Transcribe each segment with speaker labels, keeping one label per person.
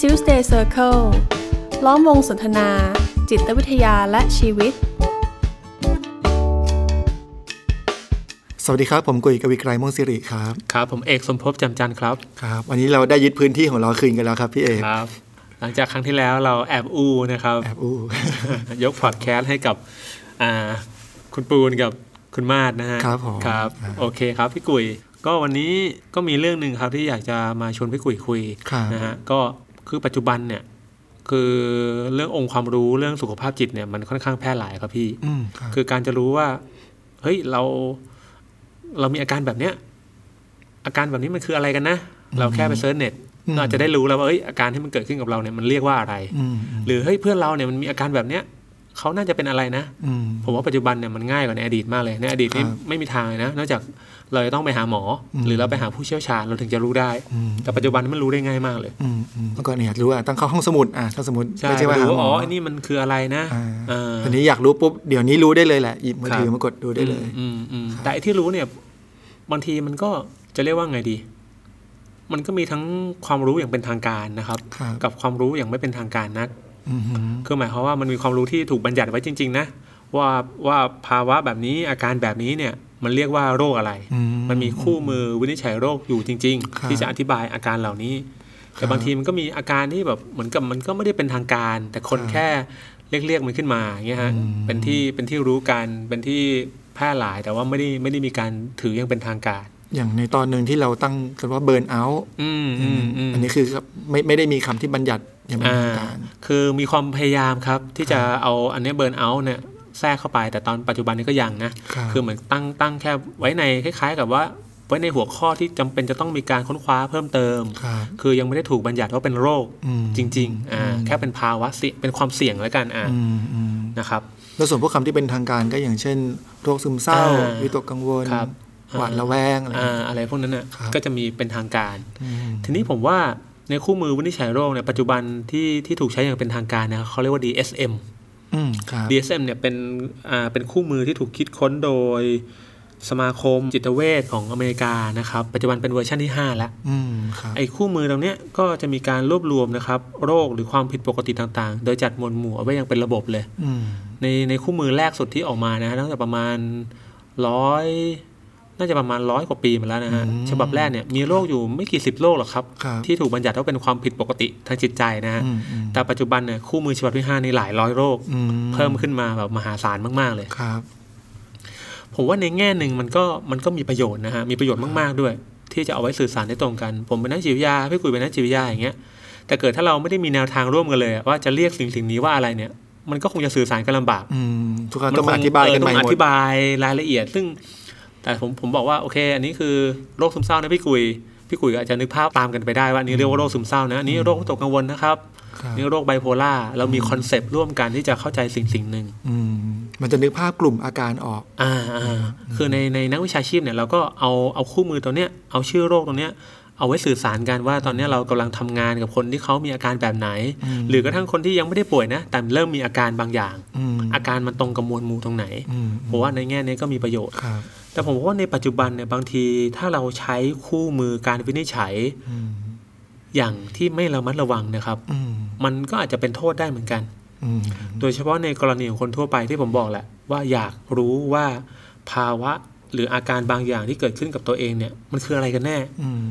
Speaker 1: Tuesday Circle ล้อมวงสนทนา จิตวิทยาและชีวิต
Speaker 2: สวัสดีครับ ผมกุยกวีไกรม่วงสิริครับ
Speaker 3: ครับ ผมเอกสมภพจำจันทร์ครับ
Speaker 2: ครับวันนี้เราได้ยึดพื้นที่ของเราคืนกันแล้วครับพี่เอก
Speaker 3: ครับ หลังจากครั้งที่แล้วเราแอบอู้นะครับ
Speaker 2: แอบอู้
Speaker 3: ยกพอดแคสต์ให้กับอ่าคุณปูนกับคุณมาศนะฮะ
Speaker 2: ครับผม
Speaker 3: ครับ
Speaker 2: ครับ
Speaker 3: โอเคครับพี่กุย ก็วันนี้ก็มีเรื่องหนึ่งครับที่อยากจะมาชวนพี่กุยคุย
Speaker 2: ครับ
Speaker 3: นะฮะก็คือปัจจุบันเนี่ยคือเรื่ององค์ความรู้เรื่องสุขภาพจิตเนี่ยมันค่อนข้างแพร่หลายครับพี่
Speaker 2: อืมครับ
Speaker 3: คือการจะรู้ว่า เฮ้ยเราเรามีอาการแบบเนี้ย อาการแบบนี้มันคืออะไรกันนะ เราแค่ไปเซิร์ชเน็ต
Speaker 2: อืม
Speaker 3: เราอาจจะได้รู้แล้วว่าเอ้ยอาการที่มันเกิดขึ้นกับเราเนี่ยมันเรียกว่าอะไร
Speaker 2: อืม
Speaker 3: หรือเฮ้ยเพื่อนเราเนี่ยมันมีอาการแบบเนี้ยเขาน่าจะเป็นอะไรนะ
Speaker 2: อืม
Speaker 3: ผมว่าปัจจุบันเนี่ยมันง่ายกว่าในอดีตมากเลยในอดีตนี่
Speaker 2: ครับ
Speaker 3: ไม่มีทางเลยนะนอกจากเราจะต้องไปหาหมออ
Speaker 2: ม
Speaker 3: หรือเราไปหาผู้เชี่ยวชาญเราถึงจะรู้ได้
Speaker 2: อืม
Speaker 3: แต่ปัจจุบันมันรู้ได้ง่ายมากเลย
Speaker 2: อืมอืมเมื่อก่อนเนี่ยรู้อ่ะต้องเข้าห้องสมุดอ่ะเข้าสมุด
Speaker 3: ใช่
Speaker 2: ไม่ใช่ว่า
Speaker 3: เรา
Speaker 2: หาห
Speaker 3: รู้ว่ามอ๋
Speaker 2: อ
Speaker 3: อ
Speaker 2: อ
Speaker 3: ไอ้นี่มันคืออะไรนะ
Speaker 2: อ่า
Speaker 3: เออ
Speaker 2: ทีนี้อยากรู้ปุ๊บเดี๋ยวนี้รู้ได้เลยแหละหยิบมือถือ
Speaker 3: ครับ
Speaker 2: มากดดูได้เลย
Speaker 3: อืมอืม
Speaker 2: ครับ
Speaker 3: แต่ไอ้ที่รู้เนี่ย บางทีมันก็จะเรียกว่าไงดี มันก็มีทั้งความรู้อย่างเป็นทางการนะครับ
Speaker 2: ครับ
Speaker 3: กับความรู้อย่างไม่เป็นทางการนัก
Speaker 2: อืมอืม
Speaker 3: คือหมายความว่ามันมีความรู้ที่ถูกบัญญัติไว้จริง ๆ นะ ว่าว่าภาวะแบบนี้อาการแบบนี้เนี่ย มันเรียกว่าโรคอะไร
Speaker 2: อื
Speaker 3: มันมีคู่มือวินิจฉัยโรคอยู่จริง
Speaker 2: ครับ
Speaker 3: ๆ ที่จะอธิบายอาการเหล่านี้ แต่บางทีมันก็มีอาการที่แบบเหมือนกับมันก็ไม่ได้เป็นทางการ แต่คนแค่เรียกๆมันขึ้นมาอย่างเงี้ยฮะ
Speaker 2: อืม
Speaker 3: เป็นที่เป็นที่รู้กันเป็นที่แพร่หลายแต่ว่าไม่ได้ไม่ได้มีการถืออยังเป็นทางการ
Speaker 2: อย่างในตอนหนึ่งที่เราตั้งกันว่าเบิร์นเอาท์
Speaker 3: อืมอืมอืม
Speaker 2: อันนี้คือไม่ไม่ได้มีคำที่บัญญัติอย่างเป็น
Speaker 3: อ่า
Speaker 2: ทางการ
Speaker 3: คือมีความพยายามครับ ที่จะเอาอันเนี้เบิร์นเอาท์เนี่ยแทรกเข้าไป แต่ตอนปัจจุบันนี้ก็ยังนะ
Speaker 2: รับ
Speaker 3: อเหมือนตั้งตั้งแค่ไว้ในคล้าย ๆ กับว่าไว้ในหัวข้อที่จำเป็นจะต้องมีการค้นคว้าเพิ่มเติม
Speaker 2: ครับ
Speaker 3: คือยังไม่ได้ถูกบัญญัติว่าเป็นโรค
Speaker 2: อืม
Speaker 3: จริงๆ อ่า แค่เป็นภาวะเสี่ยงเป็นความเสี่ยงแล้วกัน อ่า
Speaker 2: อืมอืม
Speaker 3: นะครับ
Speaker 2: แล้วส่วนพวกคำที่เป็นทางการก็อย่างเช่น โรคซึมเศร้า
Speaker 3: อ่า
Speaker 2: วิตกกังวล
Speaker 3: ครับ
Speaker 2: หวาดระแวงอะไร
Speaker 3: อ่า อะไรพวกนั้นอ่ะ
Speaker 2: ครับ
Speaker 3: ก็จะมีเป็นทางการ
Speaker 2: อืม
Speaker 3: ทีนี้ผมว่าในคู่มือวินิจฉัยโรคเนี่ยปัจจุบันที่ที่ถูกใช้อย่างเป็นทางการนะเขาเรียกว่า DSM
Speaker 2: อืมครับ
Speaker 3: DSM เนี่ยเป็น อ่า เป็นคู่มือที่ถูกคิดค้นโดยสมาคมจิตเวชของอเมริกานะครับ ปัจจุบันเป็นเวอร์ชันที่ห้าแล้ว
Speaker 2: อืมครับ
Speaker 3: ไอ้คู่มือตรงเนี้ยก็จะมีการรวบรวมนะครับโรคหรือความผิดปกติต่างๆ โดยจัดหมวดหมู่เอาไว้อย่างเป็นระบบเลย
Speaker 2: อืม
Speaker 3: ในในคู่มือแรกสุดที่ออกมานะฮะตั้งแต่ประมาณร้อยน่าจะประมาณร้อยกว่าปีมาแล้วนะฮะฉบับแรกเนี่ยมีโรคอยู่ไม่กี่สิบโรคหรอกครับ
Speaker 2: ครับ
Speaker 3: ที่ถูกบัญญัติว่าเป็นความผิดปกติทางจิตใจนะฮะ
Speaker 2: อืมอืม
Speaker 3: แต่ปัจจุบันเนี่ยคู่มือฉบับที่ห้านี่หลายร้อยโรค
Speaker 2: อืม
Speaker 3: เพิ่มขึ้นมาแบบมหาศาลมากๆเลย
Speaker 2: ครับ
Speaker 3: ผมว่าในแง่หนึ่งมันก็มันก็มีประโยชน์นะฮะมีประโยชน์มากๆด้วย ที่จะเอาไว้สื่อสารได้ตรงกัน ผมเป็นนักจิตวิทยาพี่กุยเป็นนักจิตวิทยาอย่างเงี้ยแต่เกิดถ้าเราไม่ได้มีแนวทางร่วมกันเลยอะว่าจะเรียกสิ่งสิ่งนี้ว่าอะไรเนี่ย มันก็คงจะสื่อสารกันลำบาก
Speaker 2: อืมทุกคน
Speaker 3: มั
Speaker 2: ต้องมาอธิบายกันใหม่ห
Speaker 3: เออต้
Speaker 2: ม
Speaker 3: อง
Speaker 2: ด
Speaker 3: อธิบายรายละเอียด ซึ่ง แต่ผมผมบอกว่าโอเค อันนี้คือโรคซึมเศร้านะพี่กุย พี่กุยก็อาจจะนึกภาพตามกันไปได้ว่าอันนี่เรียกว่าโรคซึมเศร้านะอันนี้โรควิตกกังวลนะครับ
Speaker 2: ครับ
Speaker 3: อันนี่โรคไบโพล่าเรามีคอนเซปต์ร่วมกันที่จะเข้าใจสิ่งสิ่งหนึ่ง
Speaker 2: อืมมันจะนึกภาพกลุ่มอาการออก
Speaker 3: อ่าอ่าคือในในนักวิชาชีพเนี่ยเราก็เอาเอาคู่มือตัวเนี้ยเอาชื่อโรคตัวเนี้ยเอาไว้สื่อสารกันว่าตอนเนี้ยเรากำลังทำงานกับคนที่เขามีอาการแบบไหน
Speaker 2: อืม
Speaker 3: หรือกระทั่งคนที่ยังไม่ได้ป่วยนะ แต่เริ่มมีอาการบางอย่าง
Speaker 2: อืม
Speaker 3: อาการมันตรงกับมวลหมู่ตรงไหน
Speaker 2: อืม
Speaker 3: ผมว่าในแง่นี้ก็มีประโยชน์
Speaker 2: ครับ
Speaker 3: แต่ผมว่าในปัจจุบันเนี่ยบางทีถ้าเราใช้คู่มือการวินิจฉัย
Speaker 2: อืม
Speaker 3: อย่างที่ไม่ระมัดระวังนะครับ
Speaker 2: อืม
Speaker 3: มันก็อาจจะเป็นโทษได้เหมือนกัน
Speaker 2: อืม
Speaker 3: โดยเฉพาะในกรณีของคนทั่วไปที่ผมบอกแหละว่าอยากรู้ว่าภาวะหรืออาการบางอย่างที่เกิดขึ้นกับตัวเองเนี่ยมันคืออะไรกันแน่
Speaker 2: อืม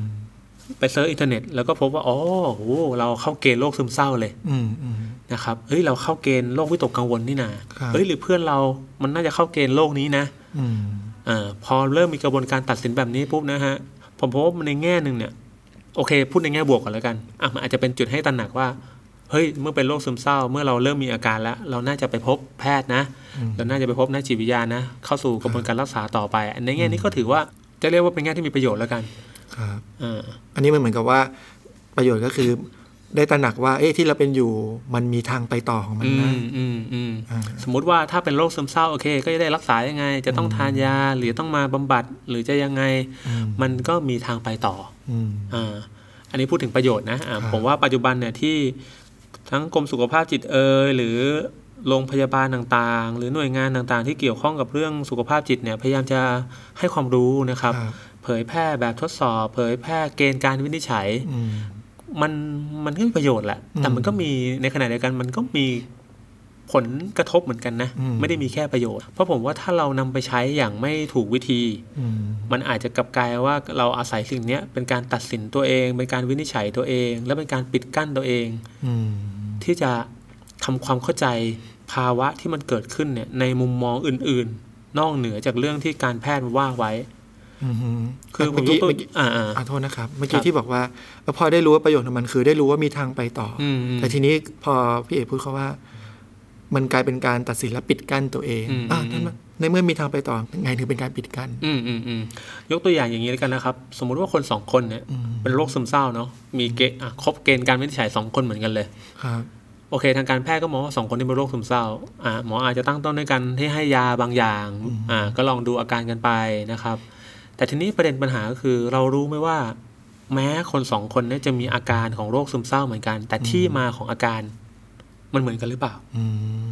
Speaker 3: ไปเซิร์ชอินเทอร์เน็ตแล้วก็พบว่าอ๋อโหเราเข้าเกณฑ์โรคซึมเศร้าเลย
Speaker 2: อืมอืม
Speaker 3: นะครับเฮ้ยเราเข้าเกณฑ์โรควิตกกังวลนี่นา
Speaker 2: ครับ
Speaker 3: เฮ้ยหรือเพื่อนเรามันน่าจะเข้าเกณฑ์โรคนี้นะ
Speaker 2: อืม
Speaker 3: เออพอเริ่มมีกระบวนการตัดสินแบบนี้ปุ๊บนะฮะ ผมพบว่ามันในแง่หนึ่งเนี่ย โอเค พูดในแง่บวกก่อนแล้วกันอ่ะมันอาจจะเป็นจุดให้ตระหนักว่า เฮ้ย เมื่อเป็นโรคซึมเศร้า เมื่อเราเริ่มมีอาการแล้ว เราน่าจะไปพบแพทย์นะ เราน่าจะไปพบนักจิตวิทยานะ เข้าสู่กระบวนการรักษาต่อไป ในแง่นี้ก็ถือว่าจะเรียกว่าเป็นแง่ที่มีประโยชน์แล้วกัน
Speaker 2: ครับ
Speaker 3: เออ
Speaker 2: อันนี้มันเหมือนกับว่าประโยชน์ก็คือได้ตระหนักว่า เอ๊ะที่เราเป็นอยู่มันมีทางไปต่อของมัน
Speaker 3: อื
Speaker 2: นะ
Speaker 3: มอืมอืม
Speaker 2: อ่า
Speaker 3: สมมุติว่าถ้าเป็นโรคซึมเศร้าโอเค ก็จะได้รักษายังไง จะต้องทานยา หรือต้องมาบำบัด หรือจะยังไง
Speaker 2: อืม
Speaker 3: มันก็มีทางไปต่อ
Speaker 2: อืม
Speaker 3: อ่าอันนี้พูดถึงประโยชน์นะอ่า
Speaker 2: ครับ
Speaker 3: ผมว่าปัจจุบันเนี่ยที่ทั้งกรมสุขภาพจิตเอยหรือโรงพยาบาลต่างๆ หรือหน่วยงานต่างๆ ที่เกี่ยวข้องกับเรื่องสุขภาพจิตเนี่ยพยายามจะให้ความรู้นะครับ
Speaker 2: ครับ
Speaker 3: เผยแพร่แบบทดสอบ เผยแพร่เกณฑ์การวินิจฉัย
Speaker 2: อืม
Speaker 3: มันมันก็มีประโยชน์แหละ แต่
Speaker 2: อืม
Speaker 3: มันก็มีในขณะเดียวกัน มันก็มีผลกระทบเหมือนกันนะ
Speaker 2: อืม
Speaker 3: ไม่ได้มีแค่ประโยชน์ เพราะผมว่าถ้าเรานำไปใช้อย่างไม่ถูกวิธี
Speaker 2: อืม
Speaker 3: มันอาจจะกลับกลายว่าเราอาศัยสิ่งเนี้ยเป็นการตัดสินตัวเอง เป็นการวินิจฉัยตัวเอง และเป็นการปิดกั้นตัวเอง
Speaker 2: อืม
Speaker 3: ที่จะทำความเข้าใจภาวะที่มันเกิดขึ้นเนี่ยในมุมมองอื่น ๆ นอกเหนือจากเรื่องที่การแพทย์ว่าไว้
Speaker 2: อืมฮึ
Speaker 3: คือผม
Speaker 2: เมื่อย
Speaker 3: ก
Speaker 2: กี้
Speaker 3: ตัว
Speaker 2: เมื่อกี้
Speaker 3: อ่าอ่า
Speaker 2: อ่ะโทษนะครับ เมื่อ
Speaker 3: ค
Speaker 2: กี้
Speaker 3: รับ
Speaker 2: ที่บอกว่าเอ่อพอได้รู้ว่าประโยชน์ของมันคือได้รู้ว่ามีทางไปต่ออ
Speaker 3: อืมอืม
Speaker 2: แต่ทีนี้พอพี่เอกพูดเขาว่า มันกลายเป็นการตัดสินและปิดกั้นตัวเอง
Speaker 3: อืม
Speaker 2: อ่ะ
Speaker 3: อืม
Speaker 2: นั่นมันในเมื่อมีทางไปต่อไงถึงเป็นการปิดกั้น
Speaker 3: อืมอืมอืมยกตัวอย่างอย่างนี้แล้วกันนะครับ สมมุติว่าคนสองคนเนี่ย
Speaker 2: อืม
Speaker 3: เป็นโรคซึมเศร้าเนาะมีเกณฑ์อ่ะครบเกณฑ์การวินิจฉัยสองคนเหมือนกันเลย
Speaker 2: ครับ
Speaker 3: โอเค ทางการแพทย์ก็มองว่าสองคนนี้เป็นโรคซึมเศร้าอ่ะหมออาจจะตั้งต้นด้วยกันที่ให้ยาบางอย่าง
Speaker 2: อืม
Speaker 3: อ่ะก็ลองดูอาการกันไปนะครับ แต่ทีนี้ประเด็นปัญหาก็คือเรารู้ไหมว่า แม้คนสองคนเนี่ยจะมีอาการของโรคซึมเศร้าเหมือนกัน แต่ที่มาของอาการมันเหมือนกันหรือเปล่า
Speaker 2: อื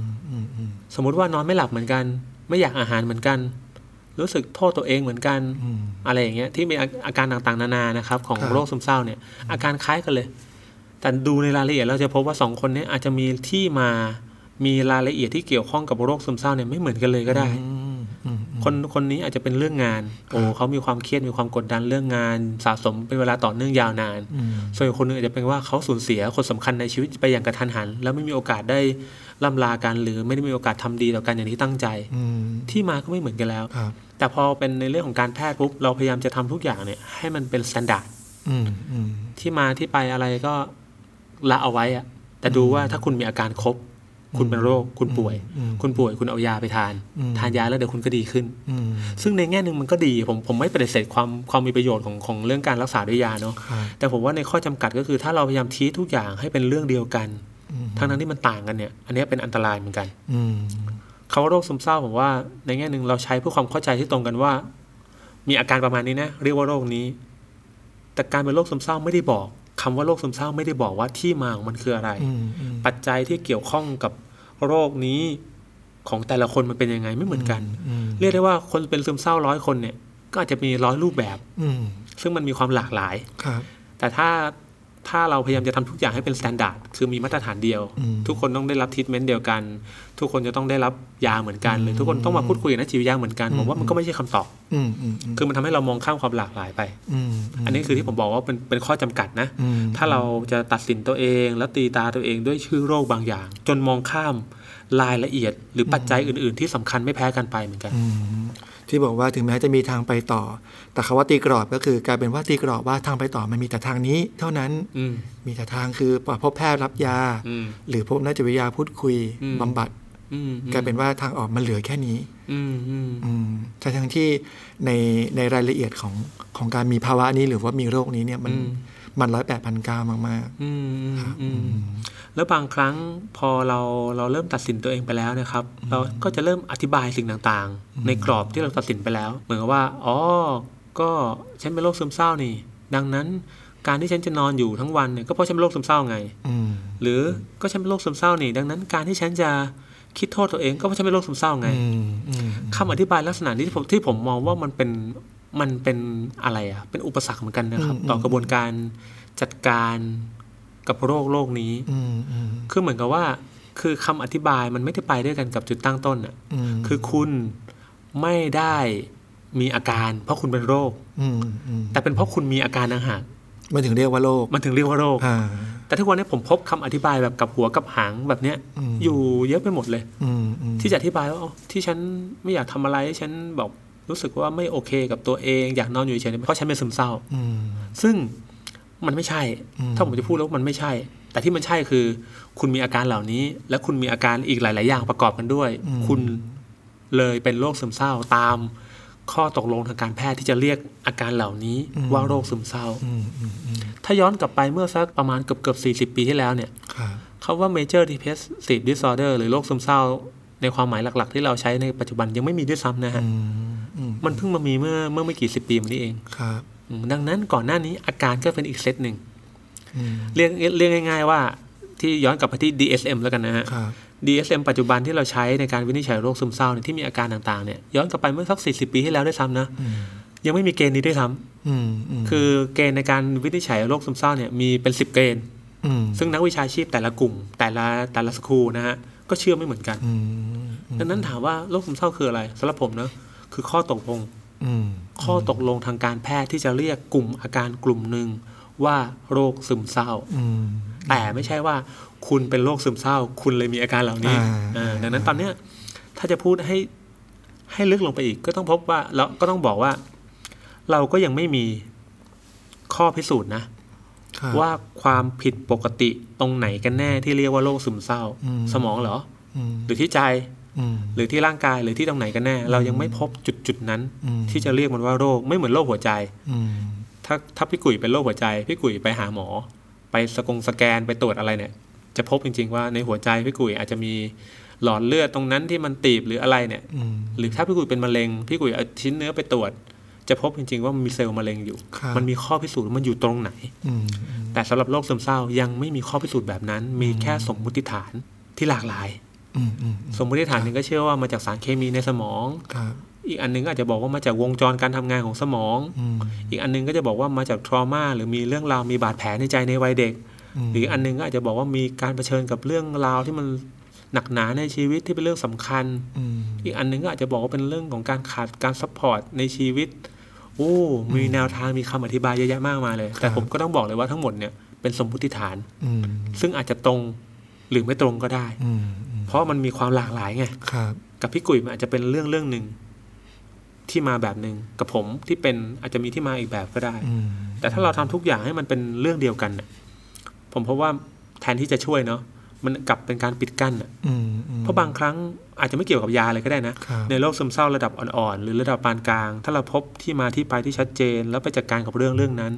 Speaker 2: มอืมอืม
Speaker 3: สมมุติว่านอนไม่หลับเหมือนกัน ไม่อยากอาหารเหมือนกัน รู้สึกโทษตัวเองเหมือนกัน
Speaker 2: อืม
Speaker 3: อะไรอย่างเงี้ยที่มีอาอาการต่างๆ นานานะครับ ของ
Speaker 2: ครับ
Speaker 3: โรคซึมเศร้าเนี่ย อาการคล้ายกันเลย แต่ดูในรายละเอียดเราจะพบว่าสองคนเนี้อาจจะมีที่มามีรายละเอียดที่เกี่ยวข้องกับโรคซึมเศร้าเนี่ยไม่เหมือนกันเลยก็ได้
Speaker 2: อืมอืมอืม
Speaker 3: คนคนนี้อาจจะเป็นเรื่องงาน โอ้
Speaker 2: ครับ
Speaker 3: เขามีความเครียดมีความกดดันเรื่องงาน สะสมเป็นเวลาต่อเนื่องยาวนาน
Speaker 2: อืม
Speaker 3: ส่วนอีกคนหนึงอาจจะเป็นว่าเขาสูญเสียคนสำคัญในชีวิตไปอย่างกระทันหัน แล้วไม่มีโอกาสได้ล่ำลากันหรือไม่ได้มีโอกาสทำดีต่อกันอย่างที่ตั้งใจ
Speaker 2: อืม
Speaker 3: ที่มาก็ไม่เหมือนกันแล้ว
Speaker 2: ครับ
Speaker 3: แต่พอเป็นในเรื่องของการแพทย์ปุ๊บเราพยายามจะทำทุกอย่างเนี่ยให้มันเป็นสแตนดาร์ด
Speaker 2: อืมอืม
Speaker 3: ที่มาที่ไปอะไรก็ละเอาไว้อะแต่ดูว่าถ้าคุณมีอาการครบ คุณเป็นโรค คุณป่วย
Speaker 2: อืม
Speaker 3: คุณป่วยคุณเอายาไปทาน
Speaker 2: อืม
Speaker 3: ทานยาแล้วเดี๋ยวคุณก็ดีขึ้น
Speaker 2: อืม
Speaker 3: ซึ่งในแง่หนึ่งมันก็ดี ผมผมไม่ปฏิเสธความความมีประโยชน์ของของเรื่องการรักษาด้วยยาเนาะ
Speaker 2: ครับ
Speaker 3: แต่ผมว่าในข้อจำกัดก็คือถ้าเราพยายามทีทุกอย่างให้เป็นเรื่องเดียวกัน
Speaker 2: อืม
Speaker 3: ทั้งนั้นที่มันต่างกันเนี่ย อันเนี้ยเป็นอันตรายเหมือนกัน
Speaker 2: อืม
Speaker 3: คำว่าโรคซึมเศร้าผมว่าในแง่หนึ่งเราใช้เพื่อความเข้าใจที่ตรงกันว่า มีอาการประมาณนี้นะเรียกว่าโรคนี้ แต่การเป็นโรคซึมเศร้าไม่ได้บอกคำว่าโรคซึมเศร้าไม่ได้บอกว่าที่มาของมันคืออะไร
Speaker 2: อืมอืม
Speaker 3: ปัจจัยที่เกี่ยวข้องกับโรคนี้ของแต่ละคนมันเป็นยังไงไม่เหมือนกัน
Speaker 2: อืม
Speaker 3: เรียกได้ว่าคนเป็นซึมเศร้าร้อยคนเนี่ย ก็อาจจะมีร้อยรูปแบบ
Speaker 2: อืม
Speaker 3: ซึ่งมันมีความหลากหลาย
Speaker 2: ครับ
Speaker 3: แต่ถ้าถ้าเราพยายามจะทำทุกอย่างให้เป็นสแตนดาร์ดคือมีมาตรฐานเดียว
Speaker 2: อืม
Speaker 3: ทุกคนต้องได้รับทรีทเมนต์เดียวกัน ทุกคนจะต้องได้รับยาเหมือนกันหรือทุกคนต้องมาพูดคุยกับนักจิตวิทยาเหมือนกันผมว่ามัน
Speaker 2: อืม
Speaker 3: ก็ไม่ใช่คำตอบ
Speaker 2: อืมอืมอืม
Speaker 3: คือมันทำให้เรามองข้ามความหลากหลายไป
Speaker 2: ม
Speaker 3: อันนี้คือที่ผมบอกว่าเป็นเป็นข้อจำกัดนะ
Speaker 2: ม
Speaker 3: ถ้าเราจะตัดสินตัวเองแล้วตีตาตัวเองด้วยชื่อโรคบางอย่าง จนมองข้ามรายละเอียด หรือปัจจัยอื่น ๆ ที่สำคัญไม่แพ้กันไปเหมือนกัน
Speaker 2: อืมที่บอกว่าถึงแม้จะมีทางไปต่อ แต่คำว่าตีกรอบก็คือกลายเป็นว่าตีกรอบว่าทางไปต่อมันมีแต่ทางนี้ เท่านั้น
Speaker 3: อืม
Speaker 2: มีแต่ทางคือพบแพทย์รับยา
Speaker 3: อืม
Speaker 2: หรือพบนักจิตวิทยาพูดคุย
Speaker 3: อืม
Speaker 2: บำบัด
Speaker 3: อืม
Speaker 2: กลายเป็นว่าทางออกมันเหลือแค่นี้
Speaker 3: อืมอืม
Speaker 2: อืมแต่ทั้งที่ในในรายละเอียดของของการมีภาวะนี้หรือว่ามีโรคนี้เนี่ยมัน
Speaker 3: อืม
Speaker 2: มันร้อยแปดพันเก้ามาก
Speaker 3: อืมอืมอืม
Speaker 2: อืม
Speaker 3: แล้วบางครั้งพอเราเราเริ่มตัดสินตัวเองไปแล้วนะครับ เราก็จะเริ่มอธิบายสิ่งต่างๆ ในกรอบที่เราตัดสินไปแล้ว เหมือนกับว่าอ๋อก็ฉันเป็นโรคซึมเศร้านี่ ดังนั้นการที่ฉันจะนอนอยู่ทั้งวันเนี่ยก็เพราะฉันเป็นโรคซึมเศร้าไง
Speaker 2: ๆอืม
Speaker 3: หรือก็ฉันเป็นโรคซึมเศร้านี่ ดังนั้นการที่ฉันจะคิดโทษตัวเองก็เพราะฉันเป็นโรคซึมเศร้าไง
Speaker 2: อืมอืม
Speaker 3: คำอธิบายลักษณะนี้ที่ผมที่ผมมองว่ามันเป็นมันเป็นอะไรอะเป็นอุปสรรคเหมือนกันนะครับ ต่อกระบวนการจัดการกับโรคโรคนี้
Speaker 2: อืมอืม
Speaker 3: คือเหมือนกับว่า คือคำอธิบายมันไม่ได้ไปด้วยกันกับจุดตั้งต้นอ่ะ
Speaker 2: อืม
Speaker 3: คือคุณไม่ได้มีอาการ เพราะคุณเป็นโรค
Speaker 2: มอืม
Speaker 3: แต่เป็นเพราะคุณมีอาการต่างหาก
Speaker 2: มันถึงเรียกว่าโรค
Speaker 3: มันถึงเรียกว่าโรค
Speaker 2: อ่า
Speaker 3: แต่ทุกวันนี้ผมพบคำอธิบายแบบกับหัวกับหางแบบเนี้ย
Speaker 2: อืม
Speaker 3: อยู่เยอะไปหมดเลย
Speaker 2: อืมอืม
Speaker 3: ที่จะอธิบายว่าเอ้าที่ฉันไม่อยากทำอะไรฉันแบบรู้สึกว่าไม่โอเคกับตัวเองอยากนอนอยู่เฉยๆเพราะฉันเป็นซึมเศร้า
Speaker 2: อืม
Speaker 3: ซึ่งมันไม่ใช่
Speaker 2: อืม
Speaker 3: ถ้าผมจะพูดแล้วมันไม่ใช่ แต่ที่มันใช่คือ คุณมีอาการเหล่านี้ และคุณมีอาการอีกหลาย ๆ อย่างประกอบกันด้วย คุณเลยเป็นโรคซึมเศร้าตาม ข้อตกลงทางการแพทย์ที่จะเรียกอาการเหล่านี้ว่าโรคซึมเศร้า
Speaker 2: อืมอืมอืม
Speaker 3: ถ้าย้อนกลับไปเมื่อสักประมาณเกือบเกือบ40 ปีที่แล้วเนี่ย
Speaker 2: ครับ
Speaker 3: คำว่า major depressive disorder หรือโรคซึมเศร้า ในความหมายหลัก ๆ ที่เราใช้ในปัจจุบันยังไม่มีด้วยซ้ำนะฮะ
Speaker 2: อืมอืม
Speaker 3: มันเพิ่งมามีเมื่อเมื่อไม่กี่สิบปีมานี้เอง
Speaker 2: ครับ
Speaker 3: อืมดังนั้นก่อนหน้านี้อาการก็เป็นอีกเซตหนึ่ง
Speaker 2: อืม
Speaker 3: เรียกเรียกง่ายๆว่าที่ย้อนกลับไปที่ DSM แล้วกันนะฮะ
Speaker 2: ครับ
Speaker 3: DSM ปัจจุบันที่เราใช้ในการวินิจฉัยโรคซึมเศร้าเนี่ยที่มีอาการต่างๆเนี่ยย้อนกลับไปเมื่อสัก 40 ปีที่แล้วด้วยซ้ำนะ
Speaker 2: อืม
Speaker 3: ยังไม่มีเกณฑ์นี้ด้วยซ้
Speaker 2: อืมม
Speaker 3: ำคือเกณฑ์ในการวินิจฉัยโรคซึมเศร้าเนี่ยมีเป็นสิบเกณฑ์
Speaker 2: ม
Speaker 3: ซึ่งนักวิชาชีพแต่ละกลุ่ม แต่ละแต่ละสคูลนะฮะก็เชื่อไม่เหมือนกัน
Speaker 2: อืม
Speaker 3: ดังนั้นถามว่าโรคซึมเศร้าคืออะไรสำหรับผมเนอะคือข้อตกลง
Speaker 2: อืม
Speaker 3: ข้อตกลงทางการแพทย์ที่จะเรียกกลุ่มอาการกลุ่มหนึ่งว่าโรคซึมเศร้า
Speaker 2: อืม
Speaker 3: แต่ไม่ใช่ว่าคุณเป็นโรคซึมเศร้า คุณเลยมีอาการเหล่านี้
Speaker 2: อ่า
Speaker 3: เออดังนั้นตอนเนี้ยถ้าจะพูดให้ให้ลึกลงไปอีกก็ต้องพบว่าเราก็ต้องบอกว่า เราก็ยังไม่มีข้อพิสูจน์นะ
Speaker 2: ครับ
Speaker 3: ว่าความผิดปกติตรงไหนกันแน่ที่เรียกว่าโรคซึมเศร้า
Speaker 2: อืม
Speaker 3: สมองเหรอ
Speaker 2: อืม
Speaker 3: หรือที่ใจ
Speaker 2: อืม
Speaker 3: หรือที่ร่างกายหรือที่ตรงไหนกันแน่ เรายังไม่พบจุดจุดๆนั้น
Speaker 2: อืม
Speaker 3: ที่จะเรียกมันว่าโรคไม่เหมือนโรคหัวใจ
Speaker 2: อืม
Speaker 3: ถ้าถ้าพี่กุยเป็นโรคหัวใจ พี่กุยไปหาหมอ ไปสกงสแกนไปตรวจอะไรเนี่ย จะพบจริง ๆ ว่าในหัวใจพี่กุยอาจจะมีหลอดเลือดตรงนั้นที่มันตีบหรืออะไรเนี่ย
Speaker 2: อืม
Speaker 3: หรือถ้าพี่กุยเป็นมะเร็งพี่กุยเอาชิ้นเนื้อไปตรวจ จะพบจริง ๆ ว่ามันมีเซลล์มะเร็งอยู่
Speaker 2: ครับ
Speaker 3: มันมีข้อพิสูจน์ว่ามันอยู่ตรงไหน
Speaker 2: อืม
Speaker 3: แต่สำหรับโรคซึมเศร้ายังไม่มีข้อพิสูจน์แบบนั้น มีแค่สมมุติฐานที่หลากหลาย
Speaker 2: อืมอืม
Speaker 3: สมมุติฐานหนึ่งก็เชื่อว่ามาจากสารเคมีในสมอง
Speaker 2: ครับ
Speaker 3: อีกอันหนึงก็อาจจะบอกว่ามาจากวงจรการทำงานของสมอง
Speaker 2: อืม
Speaker 3: อีกอันหนึงก็จะบอกว่ามาจากทรมาหรือมีเรื่องราวมีบาดแผลในใจในวัยเด็ก
Speaker 2: ม
Speaker 3: หรืออันหนึงก็อาจจะบอกว่ามีการเผชิญกับเรื่องราวที่มันหนักหนาในชีวิตที่เป็นเรื่องสำคัญ
Speaker 2: อืม
Speaker 3: อีกอันหนึงก็อาจจะบอกว่าเป็นเรื่องของการขาดการซัพพอร์ตในชีวิต โอ้ มีแนวทางมีคำอธิบายเยอะแยะมากมายเลย แต่ผมก็ต้องบอกเลยว่าทั้งหมดเนี่ยเป็นสมมติฐาน
Speaker 2: อืม
Speaker 3: ซึ่งอาจจะตรงหรือไม่ตรงก็ได้
Speaker 2: อืมอืม
Speaker 3: เพราะมันมีความหลากหลายไง
Speaker 2: ครับ
Speaker 3: กับพี่กุยมันอาจจะเป็นเรื่องเรื่องหนึ่งที่มาแบบหนึ่งกับผมที่เป็นอาจจะมีที่มาอีกแบบก็ได้
Speaker 2: อืม
Speaker 3: แต่ถ้าเราทำทุกอย่างให้มันเป็นเรื่องเดียวกันน่ะผมพบว่าแทนที่จะช่วยเนาะมันกลับเป็นการปิดกั้นน่ะ
Speaker 2: อืมอืม
Speaker 3: เพราะบางครั้งอาจจะไม่เกี่ยวกับยาเลยก็ได้นะ
Speaker 2: ครับ
Speaker 3: ในโรคซึมเศร้าระดับอ่อนๆ หรือระดับปานกลาง ถ้าเราพบที่มาที่ไปที่ชัดเจน แล้วไปจัดการกับเรื่องเรื่องนั้น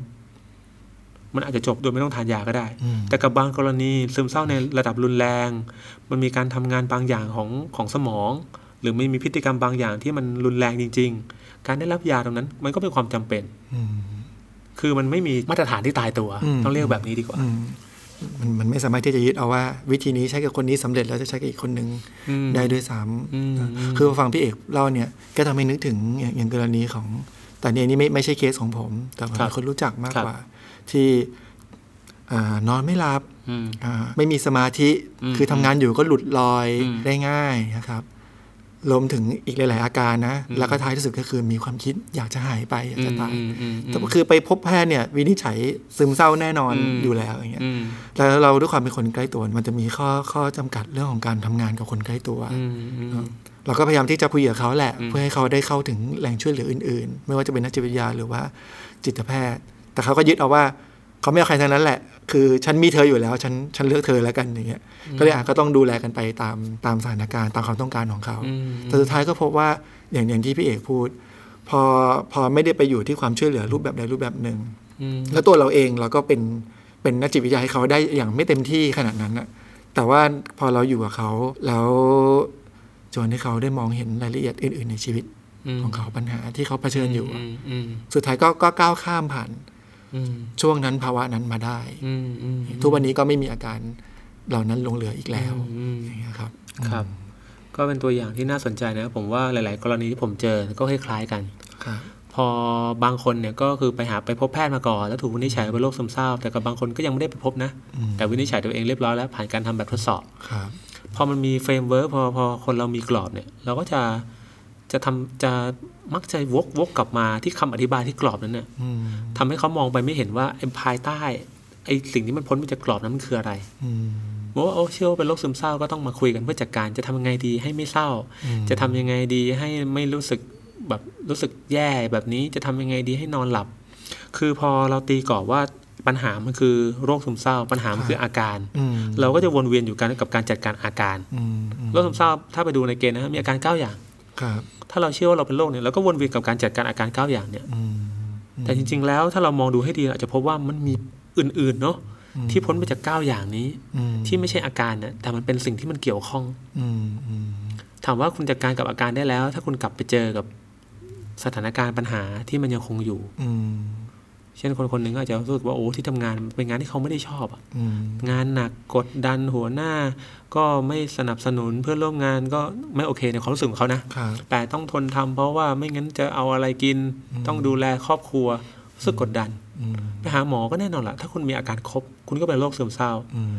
Speaker 3: มันอาจจะจบโดยไม่ต้องทานยาก็ได้
Speaker 2: อืม
Speaker 3: แต่กับบางกรณีซึมเศร้าในระดับรุนแรง มันมีการทำงานบางอย่างของของสมอง หรือไม่มีพฤติกรรมบางอย่างที่มันรุนแรงจริง ๆ การได้รับยาตรงนั้น มันก็เป็นความจำเป็น
Speaker 2: อืม
Speaker 3: คือมันไม่มีมาตรฐานที่ตายตัว
Speaker 2: อืม
Speaker 3: ต้องเรียกแบบนี้ดีกว่า
Speaker 2: อืมมันมันไม่สามารถที่จะยึดเอาว่า วิธีนี้ใช้กับคนนี้สำเร็จแล้วจะใช้กับอีกคนนึง
Speaker 3: อืม
Speaker 2: ได้ด้วยซ้
Speaker 3: อืม
Speaker 2: ำนะคือพอฟังพี่เอกเล่าเนี่ยก็ทำให้นึกถึงอย่างอย่างกรณีของ แต่เนี่ยนี่ไม่ไม่ใช่เคสของผม แต่ว่า
Speaker 3: ครับ
Speaker 2: มีคนรู้จักมาก
Speaker 3: ครับ
Speaker 2: กว่า ที่อ่านอนไม่หลับ
Speaker 3: อืม
Speaker 2: อ่าไม่มีสมาธิ
Speaker 3: อืม
Speaker 2: คือทำงานอยู่ก็หลุดลอย
Speaker 3: อืม
Speaker 2: ได้ง่ายนะครับรวมถึงอีกหลาย ๆ อาการนะ
Speaker 3: อืม
Speaker 2: แล้วก็ท้ายที่สุดก็คือมีความคิดอยากจะหายไปอยากจะตาย
Speaker 3: อืมอืมม
Speaker 2: แต่คือไปพบแพทย์เนี่ยวินิจฉัยซึมเศร้าแน่นอน
Speaker 3: อืม
Speaker 2: อยู่แล้วอย่างเงี้ย
Speaker 3: อืม
Speaker 2: แล้วเราด้วยความเป็นคนใกล้ตัวมันจะมีข้อข้อจำกัดเรื่องของการทำงานกับคนใกล้ตัว
Speaker 3: อืมอืม
Speaker 2: เราก็พยายามที่จะคุยกับเขาแหละ
Speaker 3: อืม
Speaker 2: เพื่อให้เขาได้เข้าถึงแหล่งช่วยเหลืออื่น ๆ ไม่ว่าจะเป็นนักจิตวิทยาหรือว่าจิตแพทย์ แต่เขาก็ยึดเอาว่าเขาไม่เอาใครทั้งนั้นแหละ คือฉันมีเธออยู่แล้ว ฉันฉันเลือกเธอแล้วกันอย่างเงี้ยก็เลยอาจก็ต้องดูแลกันไปตามตามสถานการณ์ตามความต้องการของเขา
Speaker 3: อืม
Speaker 2: แต่สุดท้ายก็พบว่าอย่างอย่างที่พี่เอกพูด พอพอไม่ได้ไปอยู่ที่ความช่วยเหลือรูปแบบใดรูปแบบหนึ่ง
Speaker 3: อืม
Speaker 2: แล้วตัวเราเองเราก็เป็นเป็นนักจิตวิทยาให้เขาได้อย่างไม่เต็มที่ขนาดนั้นนะแต่ว่าพอเราอยู่กับเขาแล้วจนให้เขาได้มองเห็นรายละเอียดอื่น ๆ ในชีวิต
Speaker 3: อืม
Speaker 2: ของเขาปัญหาที่เขาเผชิญอยู่
Speaker 3: อื
Speaker 2: อะ
Speaker 3: มอืม
Speaker 2: สุดท้ายก็ก็ก้าวข้ามผ่าน
Speaker 3: อืม
Speaker 2: ช่วงนั้นภาวะนั้นมาได้
Speaker 3: อืมอืม
Speaker 2: ทุกวันนี้ก็ไม่มีอาการเหล่านั้นหลงเหลืออีกแล้ว
Speaker 3: อืม
Speaker 2: อย่างเงี้ยครับ
Speaker 3: ครับ ก็เป็นตัวอย่างที่น่าสนใจนะผมว่าหลาย ๆ กรณีที่ผมเจอก็คล้ายๆกัน
Speaker 2: ครับ
Speaker 3: พอบางคนเนี่ยก็คือไปหาไปพบแพทย์มาก่อน แล้วถูกวินิจฉัยว่าเป็นโรคซึมเศร้า แต่กับบางคนก็ยังไม่ได้ไปพบนะ
Speaker 2: อืม
Speaker 3: แต่วินิจฉัยตัวเองเรียบร้อยแล้วผ่านการทำแบบทดสอบ
Speaker 2: ครับ
Speaker 3: พอมันมีเฟรมเวิร์กพอพอคนเรามีกรอบเนี่ย เราก็จะจะทำจะมักจะวกวกกลับมาที่คำอธิบายที่กรอบนั้นเนี่ย
Speaker 2: อืม
Speaker 3: ทำให้เขามองไปไม่เห็นว่าไอ้ภายใต้ไอ้สิ่งที่มันพ้นมาจากกรอบนั้นมันคืออะไร
Speaker 2: อืม
Speaker 3: ว่าโอ้เชื่อว่าเป็นโรคซึมเศร้าก็ต้องมาคุยกันเพื่อจัดการจะทำยังไงดีให้ไม่เศร้า
Speaker 2: อืม
Speaker 3: จะทำยังไงดีให้ไม่รู้สึกแบบรู้สึกแย่แบบนี้จะทำยังไงดีให้นอนหลับ คือพอเราตีกรอบว่าปัญหามันคือโรคซึมเศร้า ปัญหามันคืออาการ
Speaker 2: อืม
Speaker 3: เราก็จะวนเวียนอยู่กันกับการจัดการอาการ
Speaker 2: อืมอืม
Speaker 3: โรคซึมเศร้าถ้าไปดูในเกณฑ์นะครับมีอาการ 9 อย่าง
Speaker 2: ครับ
Speaker 3: ถ้าเราเชื่อว่าเราเป็นโรคเนี่ยเราก็วนเวียนกับการจัดการอาการ 9 อย่างเนี่ย
Speaker 2: อืม
Speaker 3: แต่จริง ๆ แล้วถ้าเรามองดูให้ดีเราอาจจะพบว่ามันมีอื่นๆเนาะที่พ้นไปจาก 9 อย่างนี้
Speaker 2: อืม
Speaker 3: ที่ไม่ใช่อาการนะแต่มันเป็นสิ่งที่มันเกี่ยวข้อง
Speaker 2: อืมอืม
Speaker 3: ถามว่าคุณจัดการกับอาการได้แล้ว ถ้าคุณกลับไปเจอกับสถานการณ์ปัญหาที่มันยังคงอยู่
Speaker 2: อืม
Speaker 3: เช่นคนคนหนึ่งก็อาจจะรู้สึกว่าโอ้ที่ทำงานมันเป็นงานที่เขาไม่ได้ชอบอะ
Speaker 2: อืม
Speaker 3: งานหนักกดดันหัวหน้า ก็ไม่สนับสนุนเพื่อนร่วมงานก็ไม่โอเคในความรู้สึกของเขานะ
Speaker 2: ครับ
Speaker 3: แต่ต้องทนทำเพราะว่าไม่งั้นจะเอาอะไรกิน ต้องดูแลครอบครัวรู้สึกกดดัน
Speaker 2: อืม
Speaker 3: ไปหาหมอก็แน่นอนละถ้าคุณมีอาการครบ คุณก็เป็นโรคซึมเศร้า
Speaker 2: อืม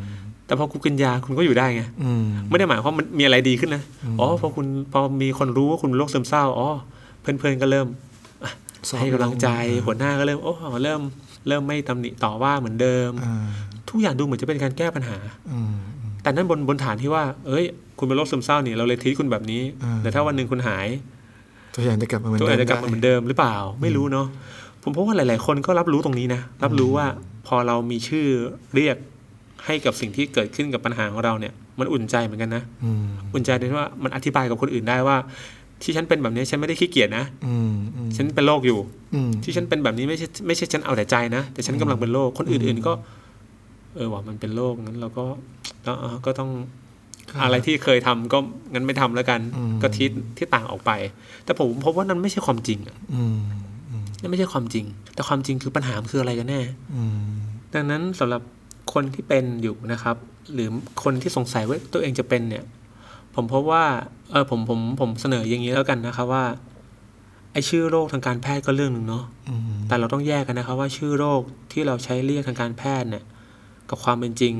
Speaker 3: แต่พอคุณกินยาคุณก็อยู่ได้ไง
Speaker 2: อืม
Speaker 3: ไม่ได้หมายความมันมีอะไรดีขึ้นนะ
Speaker 2: อืม
Speaker 3: อ๋อพอคุณพอมีคนรู้ว่าคุณเป็นโรคซึมเศร้าอ๋อเพื่อนๆก็เริ่ม
Speaker 2: ซอฟต์
Speaker 3: ให้กำลังใจ
Speaker 2: อ่า
Speaker 3: หัวหน้าก็เริ่มโอ้เริ่ม เริ่มไม่ตำหนิต่อว่าเหมือนเดิม
Speaker 2: อ่า
Speaker 3: ทุกอย่างดูเหมือนจะเป็นการแก้ปัญหา
Speaker 2: อืมอืม
Speaker 3: แต่นั่นบนบนฐานที่ว่า เอ้ย คุณเป็นโรคซึมเศร้านี่เราเลยทีคุณแบบนี้
Speaker 2: อ่า
Speaker 3: แต่ถ้าวันหนึ่งคุณหาย
Speaker 2: ตัวอย่างจะกลับมาเหมือน
Speaker 3: ตัว
Speaker 2: เดิ
Speaker 3: อาจ
Speaker 2: ม
Speaker 3: จะกลับมาเหมือนเดิมหรือเปล่า ไม่รู้เนาะ ผมพบว่าหลาย ๆ คนก็รับรู้ตรงนี้นะ รับรู้ว่าพอเรามีชื่อเรียกให้กับสิ่งที่เกิดขึ้นกับปัญหาของเราเนี่ย มันอุ่นใจเหมือนกันนะ
Speaker 2: อืม
Speaker 3: อุ่นใจโดยที่ว่ามันอธิบายกับคนอื่นได้ว่า ที่ฉันเป็นแบบนี้ฉันไม่ได้ขี้เกียจนะ
Speaker 2: อืมอืม
Speaker 3: ฉันเป็นโรคอยู่
Speaker 2: อืม
Speaker 3: ที่ฉันเป็นแบบนี้ไม่ใช่ไม่ใช่ฉันเอาแต่ใจนะ แต่ฉันกำลังเป็นโรคคนอื่น ๆ ก็ เออว่ามันเป็นโรคงั้นเราก็ก็เออก็ต้อง
Speaker 2: ครับ
Speaker 3: อะไรที่เคยทำก็งั้นไม่ทำแล้วกัน
Speaker 2: อืม
Speaker 3: ก็ทิศที่ต่างออกไป แต่ผมพบว่านั่นไม่ใช่ความจริงอะ
Speaker 2: อืมอืม
Speaker 3: นั่นไม่ใช่ความจริง แต่ความจริงคือปัญหามันคืออะไรกันแน่
Speaker 2: อืม
Speaker 3: ดังนั้นสำหรับคนที่เป็นอยู่นะครับ หรือคนที่สงสัยว่าตัวเองจะเป็นเนี่ย ผมพบว่าเออผมผมผมเสนออย่างนี้แล้วกันนะครับว่าไอชื่อโรคทางการแพทย์ก็เรื่องหนึ่งเนาะ
Speaker 2: อืม
Speaker 3: แต่เราต้องแยกกันนะครับว่าชื่อโรคที่เราใช้เรียกทางการแพทย์เนี่ยกับความเป็นจริง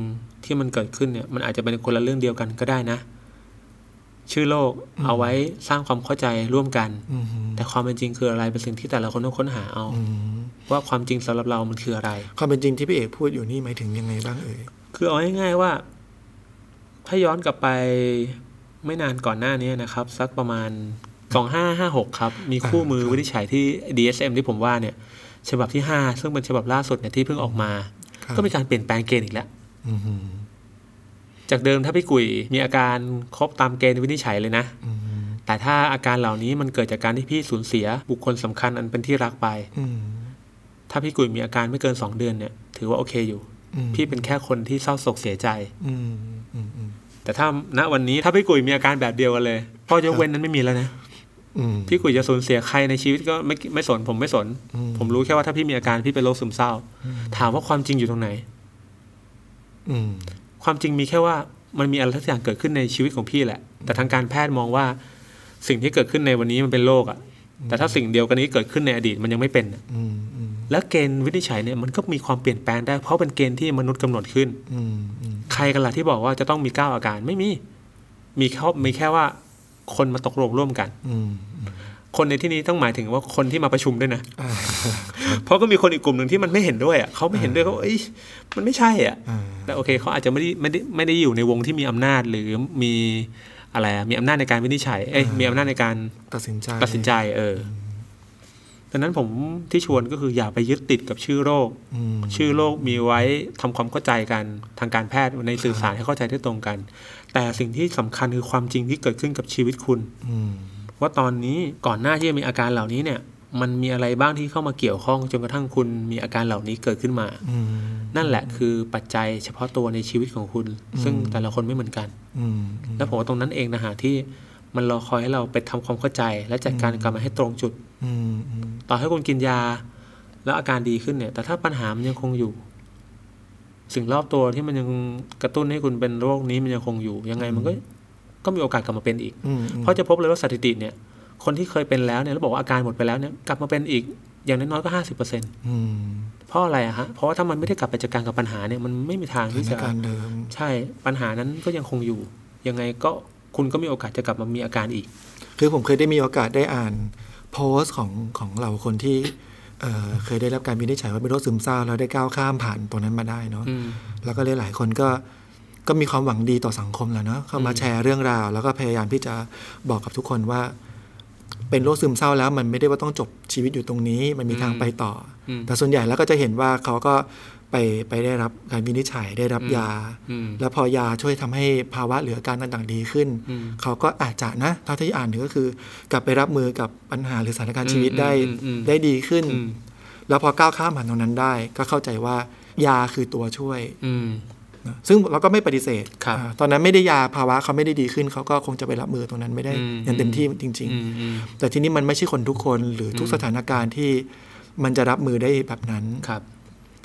Speaker 3: ที่มันเกิดขึ้นเนี่ยมันอาจจะเป็นคนละเรื่องเดียวกันก็ได้นะ ชื่อโรคเอาไว้สร้างความเข้าใจร่วมกัน
Speaker 2: อืม
Speaker 3: แต่ความเป็นจริงคืออะไรเป็นสิ่งที่แต่ละคนต้องค้นหาเอา
Speaker 2: อืม
Speaker 3: ว่าความจริงสำหรับเรามันคืออะไร
Speaker 2: ความเป็นจริงที่พี่เอกพูดอยู่นี่หมายถึงยังไงบ้างเอ่ย
Speaker 3: คือเอาง่ายๆว่า ถ้าย้อนกลับไปไม่นานก่อนหน้านี้นะครับ สักประมาณ 2556 ครับ มีคู่มือวินิจฉัยที่ DSM ที่ผมว่าเนี่ย ฉบับที่ 5 ซึ่งเป็นฉบับล่าสุดเนี่ยที่เพิ่งออกมา
Speaker 2: ครับ
Speaker 3: ก็มีการเปลี่ยนแปลงเกณฑ์อีกแล้ว
Speaker 2: อืมอืม
Speaker 3: จากเดิมถ้าพี่กุยมีอาการครบตามเกณฑ์วินิจฉัยเลยนะ
Speaker 2: อืม
Speaker 3: แต่ถ้าอาการเหล่านี้มันเกิดจากการที่พี่สูญเสีย บุคคลสำคัญอันเป็นที่รักไป
Speaker 2: อืม
Speaker 3: ถ้าพี่กุยมีอาการไม่เกิน 2 เดือนเนี่ย ถือว่าโอเคอยู่
Speaker 2: อืม
Speaker 3: พี่เป็นแค่คนที่เศร้าโศกเสียใจ
Speaker 2: อืมอืมอืม
Speaker 3: แต่ถ้าณวันนี้ถ้าพี่กุยมีอาการแบบเดียวกันเลยข้อยกเว้นนั้นไม่มีแล้วนะ
Speaker 2: อืม
Speaker 3: พี่กุยจะสูญเสียใครในชีวิตก็ไม่ไม่สนผมไม่สน
Speaker 2: อืม
Speaker 3: ผมรู้แค่ว่าถ้าพี่มีอาการพี่เป็นโรคซึมเศร้า ถามว่าความจริงอยู่ตรงไหน
Speaker 2: อืม
Speaker 3: ความจริงมีแค่ว่ามันมีอะไรสักอย่างเกิดขึ้นในชีวิตของพี่แหละ แต่ทางการแพทย์มองว่าสิ่งที่เกิดขึ้นในวันนี้มันเป็นโรคอะแต่ถ้าสิ่งเดียวกันนี้เกิดขึ้นในอดีตมันยังไม่เป็นอะ
Speaker 2: อืมอืม
Speaker 3: และเกณฑ์วินิจฉัยเนี่ยมันก็มีความเปลี่ยนแปลงได้ เพราะเป็นเกณฑ์ที่มนุษย์กำหนดขึ้น
Speaker 2: อืมอืม
Speaker 3: ใครกันล่ะที่บอกว่าจะต้องมีเก้าอาการไม่มี มีแค่มีแค่ว่าคนมาตกลงร่วมกัน
Speaker 2: อืม
Speaker 3: คนในที่นี้ต้องหมายถึงว่าคนที่มาประชุมด้วยนะ
Speaker 2: อ่า
Speaker 3: เพราะก็มีคนอีกกลุ่มหนึ่งที่มันไม่เห็นด้วยอ่ะเขาไม่เห็นด้วยเขาเอ้ยมันไม่ใช่อ่ะ
Speaker 2: อ่า
Speaker 3: แต่โอเคเขาอาจจะไม่ได้ไม่ได้ไม่ได้อยู่ในวงที่มีอำนาจหรือมีอะไรอะมีอำนาจในการวินิจฉัยเอ้ยมีอำนาจในการ
Speaker 2: ตัดสินใจ
Speaker 3: ตัดสินใจเออดังนั้นผมที่ชวนก็คืออย่าไปยึดติดกับชื่อโรค
Speaker 2: อืม
Speaker 3: ชื่อโรคมีไว้ทำความเข้าใจกันทางการแพทย์ในสื่อสารให้เข้าใจได้ตรงกัน แต่สิ่งที่สำคัญคือความจริงที่เกิดขึ้นกับชีวิตคุณ
Speaker 2: อืม
Speaker 3: ว่าตอนนี้ก่อนหน้าที่จะมีอาการเหล่านี้เนี่ย มันมีอะไรบ้างที่เข้ามาเกี่ยวข้องจนกระทั่งคุณมีอาการเหล่านี้เกิดขึ้นมา
Speaker 2: อืม
Speaker 3: นั่นแหละคือปัจจัยเฉพาะตัวในชีวิตของคุณ ซึ่งแต่ละคนไม่เหมือนกัน
Speaker 2: อืมอืม
Speaker 3: และผมว่าตรงนั้นเองนะฮะที่มันรอคอยให้เราไปทำความเข้าใจ และจัดการกับมันให้ตรงจุด
Speaker 2: อืมอืม
Speaker 3: ต่อให้คุณกินยา แล้วอาการดีขึ้นเนี่ย แต่ถ้าปัญหามันยังคงอยู่ สิ่งรอบตัวที่มันยังกระตุ้นให้คุณเป็นโรคนี้มันยังคงอยู่ ยังไงมันก็ก็มีโอกาสกลับมาเป็นอีก
Speaker 2: อืม
Speaker 3: เพราะจะพบเลยว่าสถิติเนี่ย คนที่เคยเป็นแล้วเนี่ยแล้วบอกว่าอาการหมดไปแล้วเนี่ยกลับมาเป็นอีกอย่างน้อยๆก็ห้าสิบเปอร์เซ็นต์
Speaker 2: อืม
Speaker 3: เพราะอะไรอะฮะเพราะว่าถ้ามันไม่ได้กลับไปจัดการกับปัญหาเนี่ยมันไม่มีทาง
Speaker 2: ส
Speaker 3: ที่
Speaker 2: ถาน
Speaker 3: จะ
Speaker 2: การณ์เดิม
Speaker 3: ใช่ปัญหานั้นก็ยังคงอยู่ ยังไงก็คุณก็มีโอกาสจะกลับมามีอาการอีก
Speaker 2: คือผมเคยได้มีโอกาสได้อ่านโพสต์ของของเราคนที่เอ่อเคยได้รับการวินิจฉัยว่าเป็นโรคซึมเศร้าแล้วได้ก้าวข้ามผ่านตรงนั้นมาได้เนาะ
Speaker 3: อืม
Speaker 2: แล้วก็หลายๆคนก็ก็มีความหวังดีต่อสังคมแหล้วเนาะเข้ามาแชร์เรื่องราว แล้วก็พยายามที่จะบอกกับทุกคนว่า เป็นโรคซึมเศร้าแล้วมันไม่ได้ว่าต้องจบชีวิตอยู่ตรงนี้ มันมีทางไปต่ออ
Speaker 3: ม
Speaker 2: แต่ส่วนใหญ่แล้วก็จะเห็นว่าเขาก็ไปไปได้รับการวินิจฉัยได้รับยา
Speaker 3: อืม
Speaker 2: แล้วพอยาช่วยทำให้ภาวะเหลืออาการต่างๆดีขึ้น
Speaker 3: อืม
Speaker 2: เขาก็อาจจะนะเท่าที่อ่านถึงก็คือ กลับไปรับมือกับปัญหาหรือสถานการณ์ชีวิตได้
Speaker 3: อืมอืมอืม
Speaker 2: ได้ดีขึ้น
Speaker 3: อืม
Speaker 2: แล้วพอก้าวข้ามผ่านตรงนั้นได้ ก็เข้าใจว่ายาคือตัวช่วย
Speaker 3: อืม
Speaker 2: นะซึ่งเราก็ไม่ปฏิเสธ
Speaker 3: ครับ
Speaker 2: อ่าตอนนั้นไม่ได้ยาภาวะเขาไม่ได้ดีขึ้น เขาก็คงจะไปรับมือตรงนั้นไม่ได้
Speaker 3: อืม
Speaker 2: อย่างเต็มที่จริง
Speaker 3: อืมอืม
Speaker 2: ๆ แต่ทีนี้มันไม่ใช่คนทุกคนหรือทุกสถานการณ์ที่ มันจะรับมือได้แบบนั้น
Speaker 3: ครับ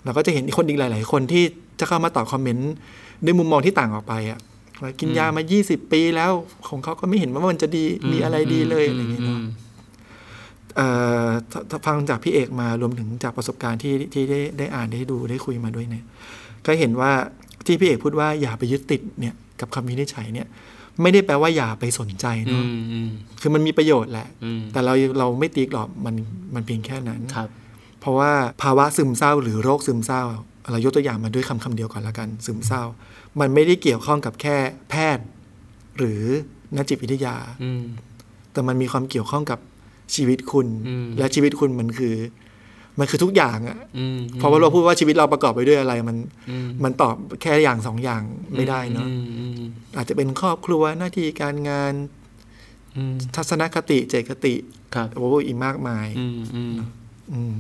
Speaker 2: เราก็จะเห็นคนอีกหลาย ๆ คนที่จะเข้ามาตอบคอมเมนต์ด้วยมุมมองที่ต่างออกไปอะว่ากินยามา 20 ปีแล้วของเขาก็ไม่เห็นว่ามันจะดีมีอะไรดีเลยอะไรอย่างเงี้ยเนาะ เอ่อถ้าถ้าฟังจากพี่เอกมารวมถึงจากประสบการณ์ที่ที่ได้ได้อ่านได้ดูได้คุยมาด้วยเนี่ย ก็เห็นว่าที่พี่เอกพูดว่าอย่าไปยึดติดเนี่ยกับคำวินิจฉัยเนี่ย ไม่ได้แปลว่าอย่าไปสนใจ
Speaker 3: อื
Speaker 2: เนาะ
Speaker 3: มอืม
Speaker 2: คือมันมีประโยชน์แหละ
Speaker 3: อืม
Speaker 2: แต่เราเราไม่ตีกรอบมันมันเพียงแค่นั้น
Speaker 3: ครับ
Speaker 2: เพราะว่าภาวะซึมเศร้าหรือโรคซึมเศร้าเรายกตัวอย่างมาด้วยคำคำเดียวก่อนละกัน ซึมเศร้า มันไม่ได้เกี่ยวข้องกับแค่แพทย์ หรือนักจิตวิทยา
Speaker 3: อืม
Speaker 2: แต่มันมีความเกี่ยวข้องกับชีวิตคุณ
Speaker 3: อืม
Speaker 2: และชีวิตคุณมันคือ มันคือทุกอย่างอะ
Speaker 3: อืม
Speaker 2: เพราะว่าเราพูดว่าชีวิตเราประกอบไปด้วยอะไรมัน
Speaker 3: อืม
Speaker 2: มันตอบแค่อย่างสองอย่างไม่ได้เนาะ
Speaker 3: อืมอืม
Speaker 2: อาจจะเป็นครอบครัวหน้าที่การงาน
Speaker 3: อืม
Speaker 2: ทัศนคติเจตคติ
Speaker 3: ครับ
Speaker 2: โอ้ยอีกมากมาย
Speaker 3: อืมอืม
Speaker 2: อืม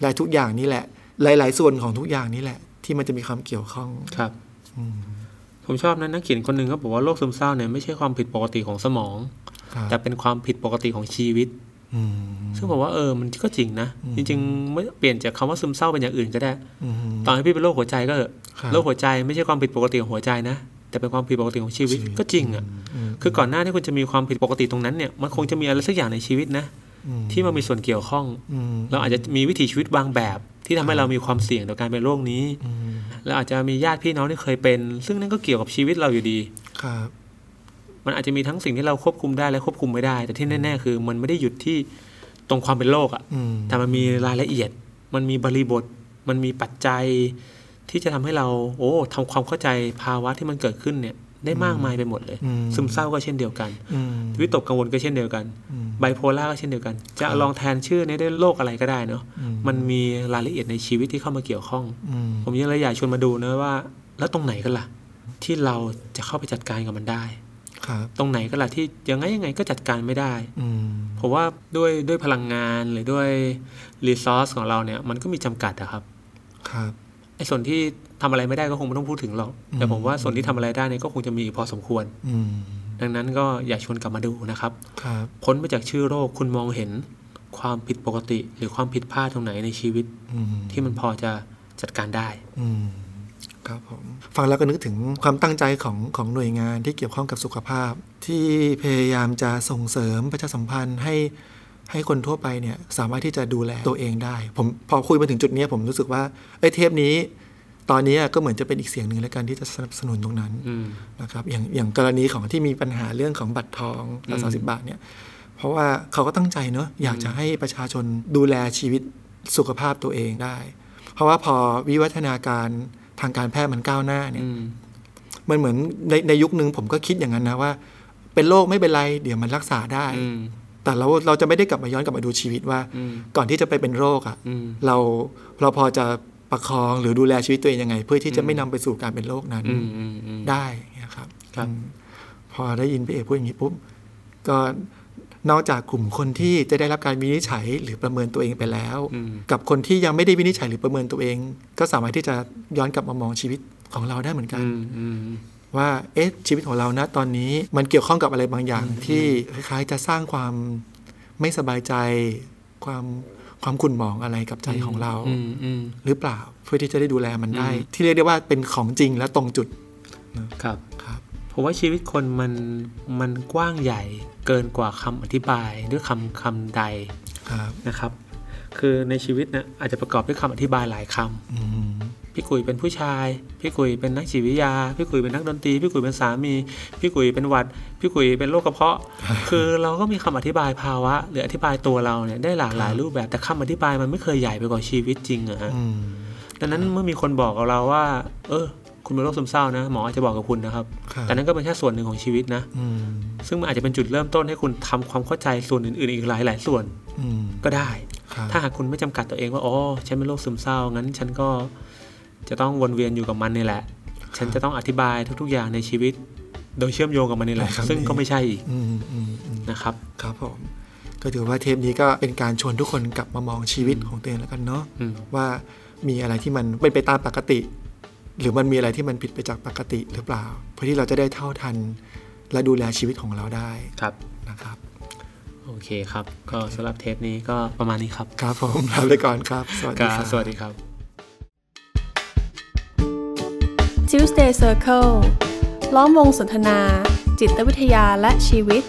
Speaker 2: และทุกอย่างนี่แหละ หลาย ๆ ส่วนของทุกอย่างนี่แหละ ที่มันจะมีความเกี่ยวข้อง
Speaker 3: ครับ
Speaker 2: อืม
Speaker 3: ผมชอบนะนักเขียนคนหนึ่งเขาบอกว่าโรคซึมเศร้าเนี่ยไม่ใช่ความผิดปกติของสมอง
Speaker 2: ครับ
Speaker 3: แต่เป็นความผิดปกติของชีวิต
Speaker 2: อืม
Speaker 3: ซึ่งผมว่าเออมันก็จริงนะ จริงๆไม่เปลี่ยนจากคำว่าซึมเศร้าเป็นอย่างอื่นก็ได้
Speaker 2: อืม
Speaker 3: ตอนที่พี่เป็นโรคหัวใจก็เถอะ
Speaker 2: ครับ
Speaker 3: โรคหัวใจไม่ใช่ความผิดปกติของหัวใจนะ แต่เป็นความผิดปกติของชีวิตก็จริงอ่ะ
Speaker 2: อืม
Speaker 3: คือก่อนหน้าที่คุณจะมีความผิดปกติตรงนั้นเนี่ยมันคงจะมีอะไรสักอย่างในชีวิตนะ
Speaker 2: อืม
Speaker 3: ที่มันมีส่วนเกี่ยวข้อง
Speaker 2: อืม
Speaker 3: เราอาจจะมีวิถีชีวิตบางแบบ ที่ทำให้เรามีความเสี่ยงต่อการเป็นโรคนี้
Speaker 2: อืม
Speaker 3: แล้วอาจจะมีญาติพี่น้องที่เคยเป็น ซึ่งนั่นก็เกี่ยวกับชีวิตเราอยู่ดี
Speaker 2: ครับ
Speaker 3: มันอาจจะมีทั้งสิ่งที่เราควบคุมได้และควบคุมไม่ได้ แต่ที่แน่ ๆ คือ มันไม่ได้หยุดที่ตรงความเป็นโรคอะ
Speaker 2: อืม
Speaker 3: แต่มันมีรายละเอียด มันมีบริบท มันมีปัจจัย ที่จะทำให้เรา โอ้ทำความเข้าใจภาวะที่มันเกิดขึ้นเนี่ย ได้มากมายไปหมดเลย
Speaker 2: อืม
Speaker 3: ซึมเศร้าก็เช่นเดียวกัน
Speaker 2: อืม
Speaker 3: วิตกกังวลก็เช่นเดียวกัน
Speaker 2: อืม
Speaker 3: ไบโพล่าก็เช่นเดียวกัน จะลองแทนชื่อนี้ได้โรคอะไรก็ได้เนาะ
Speaker 2: อืม
Speaker 3: มันมีรายละเอียดในชีวิตที่เข้ามาเกี่ยวข้อง
Speaker 2: อืม
Speaker 3: ผมยังเลยอยากชวนมาดูนะว่า แล้วตรงไหนกันล่ะ ที่เราจะเข้าไปจัดการกับมันได้
Speaker 2: ครับ
Speaker 3: ตรงไหนก็ล่ะที่ยังไงยังไงก็จัดการไม่ได้
Speaker 2: อืม
Speaker 3: ผมว่าด้วยด้วยพลังงานหรือด้วยรีซอสของเราเนี่ยมันก็มีจำกัดอะครับ
Speaker 2: ครับ
Speaker 3: ไอ้ส่วนที่ทำอะไรไม่ได้ก็คงไม่ต้องพูดถึงหรอกแต่ผมว่าส่วนที่ทำอะไรได้เนี่ยก็คงจะมีอีกพอสมควร
Speaker 2: อืม
Speaker 3: ดังนั้นก็อยากชวนกลับมาดูนะครับ
Speaker 2: ครับ
Speaker 3: พ้นไปจากชื่อโรคคุณมองเห็นความผิดปกติ หรือความผิดพลาดตรงไหนในชีวิต
Speaker 2: อืม
Speaker 3: ที่มันพอจะจัดการได้
Speaker 2: อืม ครับผม ฟังแล้วก็นึกถึงความตั้งใจของของหน่วยงานที่เกี่ยวข้องกับสุขภาพ ที่พยายามจะส่งเสริมประชาสัมพันธ์ให้ให้คนทั่วไปเนี่ยสามารถที่จะดูแลตัวเองได้ ผมพอคุยมาถึงจุดเนี้ยผมรู้สึกว่าเอ้ยเทปนี้ ตอนนี้ก็เหมือนจะเป็นอีกเสียงหนึ่งแล้วกันที่จะสนับสนุนตรงนั้น
Speaker 3: อืม
Speaker 2: นะครับอย่างอย่างกรณีของที่มีปัญหาเรื่องของบัตรทอง
Speaker 3: อืม
Speaker 2: สามสิบบาทเนี่ยเพราะว่าเขาก็ตั้งใจเนอะอยากจะให้ประชาชนดูแลชีวิตสุขภาพตัวเองได้ เพราะว่าพอวิวัฒนาการทางการแพทย์มันก้าวหน้าเนี่ย
Speaker 3: อืม
Speaker 2: มันเหมือนในในยุคนึงผมก็คิดอย่างนั้นนะว่า เป็นโรคไม่เป็นไรเดี๋ยวมันรักษาได้
Speaker 3: อืม
Speaker 2: แต่เราเราจะไม่ได้กลับมาย้อนกลับมาดูชีวิตว่า
Speaker 3: อืม
Speaker 2: ก่อนที่จะไปเป็นโรคอะ
Speaker 3: อืม
Speaker 2: เราเราพอจะประคองหรือดูแลชีวิตตัวเองยังไง เพื่อที่จะไม่นำไปสู่การเป็นโรคนั้น
Speaker 3: อืมอืมอืม
Speaker 2: ได้อย่างเงี้ยครับ
Speaker 3: ครับ
Speaker 2: อืมพอได้ยินพี่เอกพูดอย่างนี้ปุ๊บก็นอกจากกลุ่มคนที่จะได้รับการวินิจฉัยหรือประเมินตัวเองไปแล้ว
Speaker 3: อืม
Speaker 2: กับคนที่ยังไม่ได้วินิจฉัยหรือประเมินตัวเอง ก็สามารถที่จะย้อนกลับมามองชีวิตของเราได้เหมือนกัน
Speaker 3: อืมอืม
Speaker 2: ว่าเอ๊ะชีวิตของเรานะตอนนี้มันเกี่ยวข้องกับอะไรบางอย่างที่คล้ายๆจะสร้างความไม่สบายใจ ความความขุ่นหมองอะไรกับใจของเรา
Speaker 3: อืมอืม
Speaker 2: หรือเปล่าเพื่อที่จะได้ดูแลมันได้
Speaker 3: อืม
Speaker 2: ที่เรียกได้ว่าเป็นของจริงและตรงจุด
Speaker 3: ครับ
Speaker 2: ครับ
Speaker 3: ผมว่าชีวิตคนมันมันกว้างใหญ่เกินกว่าคำอธิบายด้วยคำคำใด
Speaker 2: ครับ
Speaker 3: นะครับ คือในชีวิตเนี่ยอาจจะประกอบด้วยคำอธิบายหลายคำ
Speaker 2: อืม
Speaker 3: พี่กุยเป็นผู้ชาย พี่กุยเป็นนักจิตวิทยา พี่กุยเป็นนักดนตรี พี่กุยเป็นสามี พี่กุยเป็นหวัด พี่กุยเป็นโรคกระ เพาะ คือเราก็มีคำอธิบายภาวะ หรืออธิบายตัวเราเนี่ยได้หลากหลายรูปแบบ แต่คำอธิบายมันไม่เคยใหญ่ไปกว่าชีวิตจริงอะฮะ
Speaker 2: อืม
Speaker 3: ดังนั้นเมื่อมีคนบอกกับเราว่า เออ คุณเป็นโรคซึมเศร้านะ หมออาจจะบอกกับคุณนะครับ
Speaker 2: ครับ
Speaker 3: แต่นั่นก็เป็นแค่ส่วนหนึ่งของชีวิตนะ
Speaker 2: อืม
Speaker 3: ซึ่งมันอาจจะเป็นจุดเริ่มต้นให้คุณทำความเข้าใจส่วนอื่นๆ อีกหลายๆส่วน
Speaker 2: อืม
Speaker 3: ก็ได้
Speaker 2: ครับ
Speaker 3: ถ้าหากคุณไม่จำกัดตัวเองว่าอ๋อฉันเป็นโรคซึมเศร้างั้น ฉันก็จะต้องวนเวียนอยู่กับมันนี่แหละ ฉันจะต้องอธิบายทุกๆอย่างในชีวิต โดยเชื่อมโยงกับมันนี่แหละ
Speaker 2: ได้ครับ
Speaker 3: ซึ่งก็ไม่ใช่อีก
Speaker 2: อืมอืมอืม
Speaker 3: นะครับ
Speaker 2: ครับผม ก็ถือว่าเทปนี้ก็เป็นการชวนทุกคนกลับมามองชีวิตของตัวเองแล้วกันเนาะ
Speaker 3: อืม
Speaker 2: ว่ามีอะไรที่มันเป็นไปตามปกติ หรือมันมีอะไรที่มันผิดไปจากปกติหรือเปล่า เพื่อที่เราจะได้เท่าทัน และดูแลชีวิตของเราได้
Speaker 3: ครับ
Speaker 2: นะครับ
Speaker 3: โอ โอเคครับ ก็สำหรับเทปนี้ก็ประมาณนี้ครับ
Speaker 2: ครับผมลาไปก่อนครับ สวัส
Speaker 3: ก็
Speaker 2: ดีครับ
Speaker 3: สวัสดีครับ
Speaker 1: Tuesday Circle ล้อมวงสนทนา จิตวิทยาและชีวิต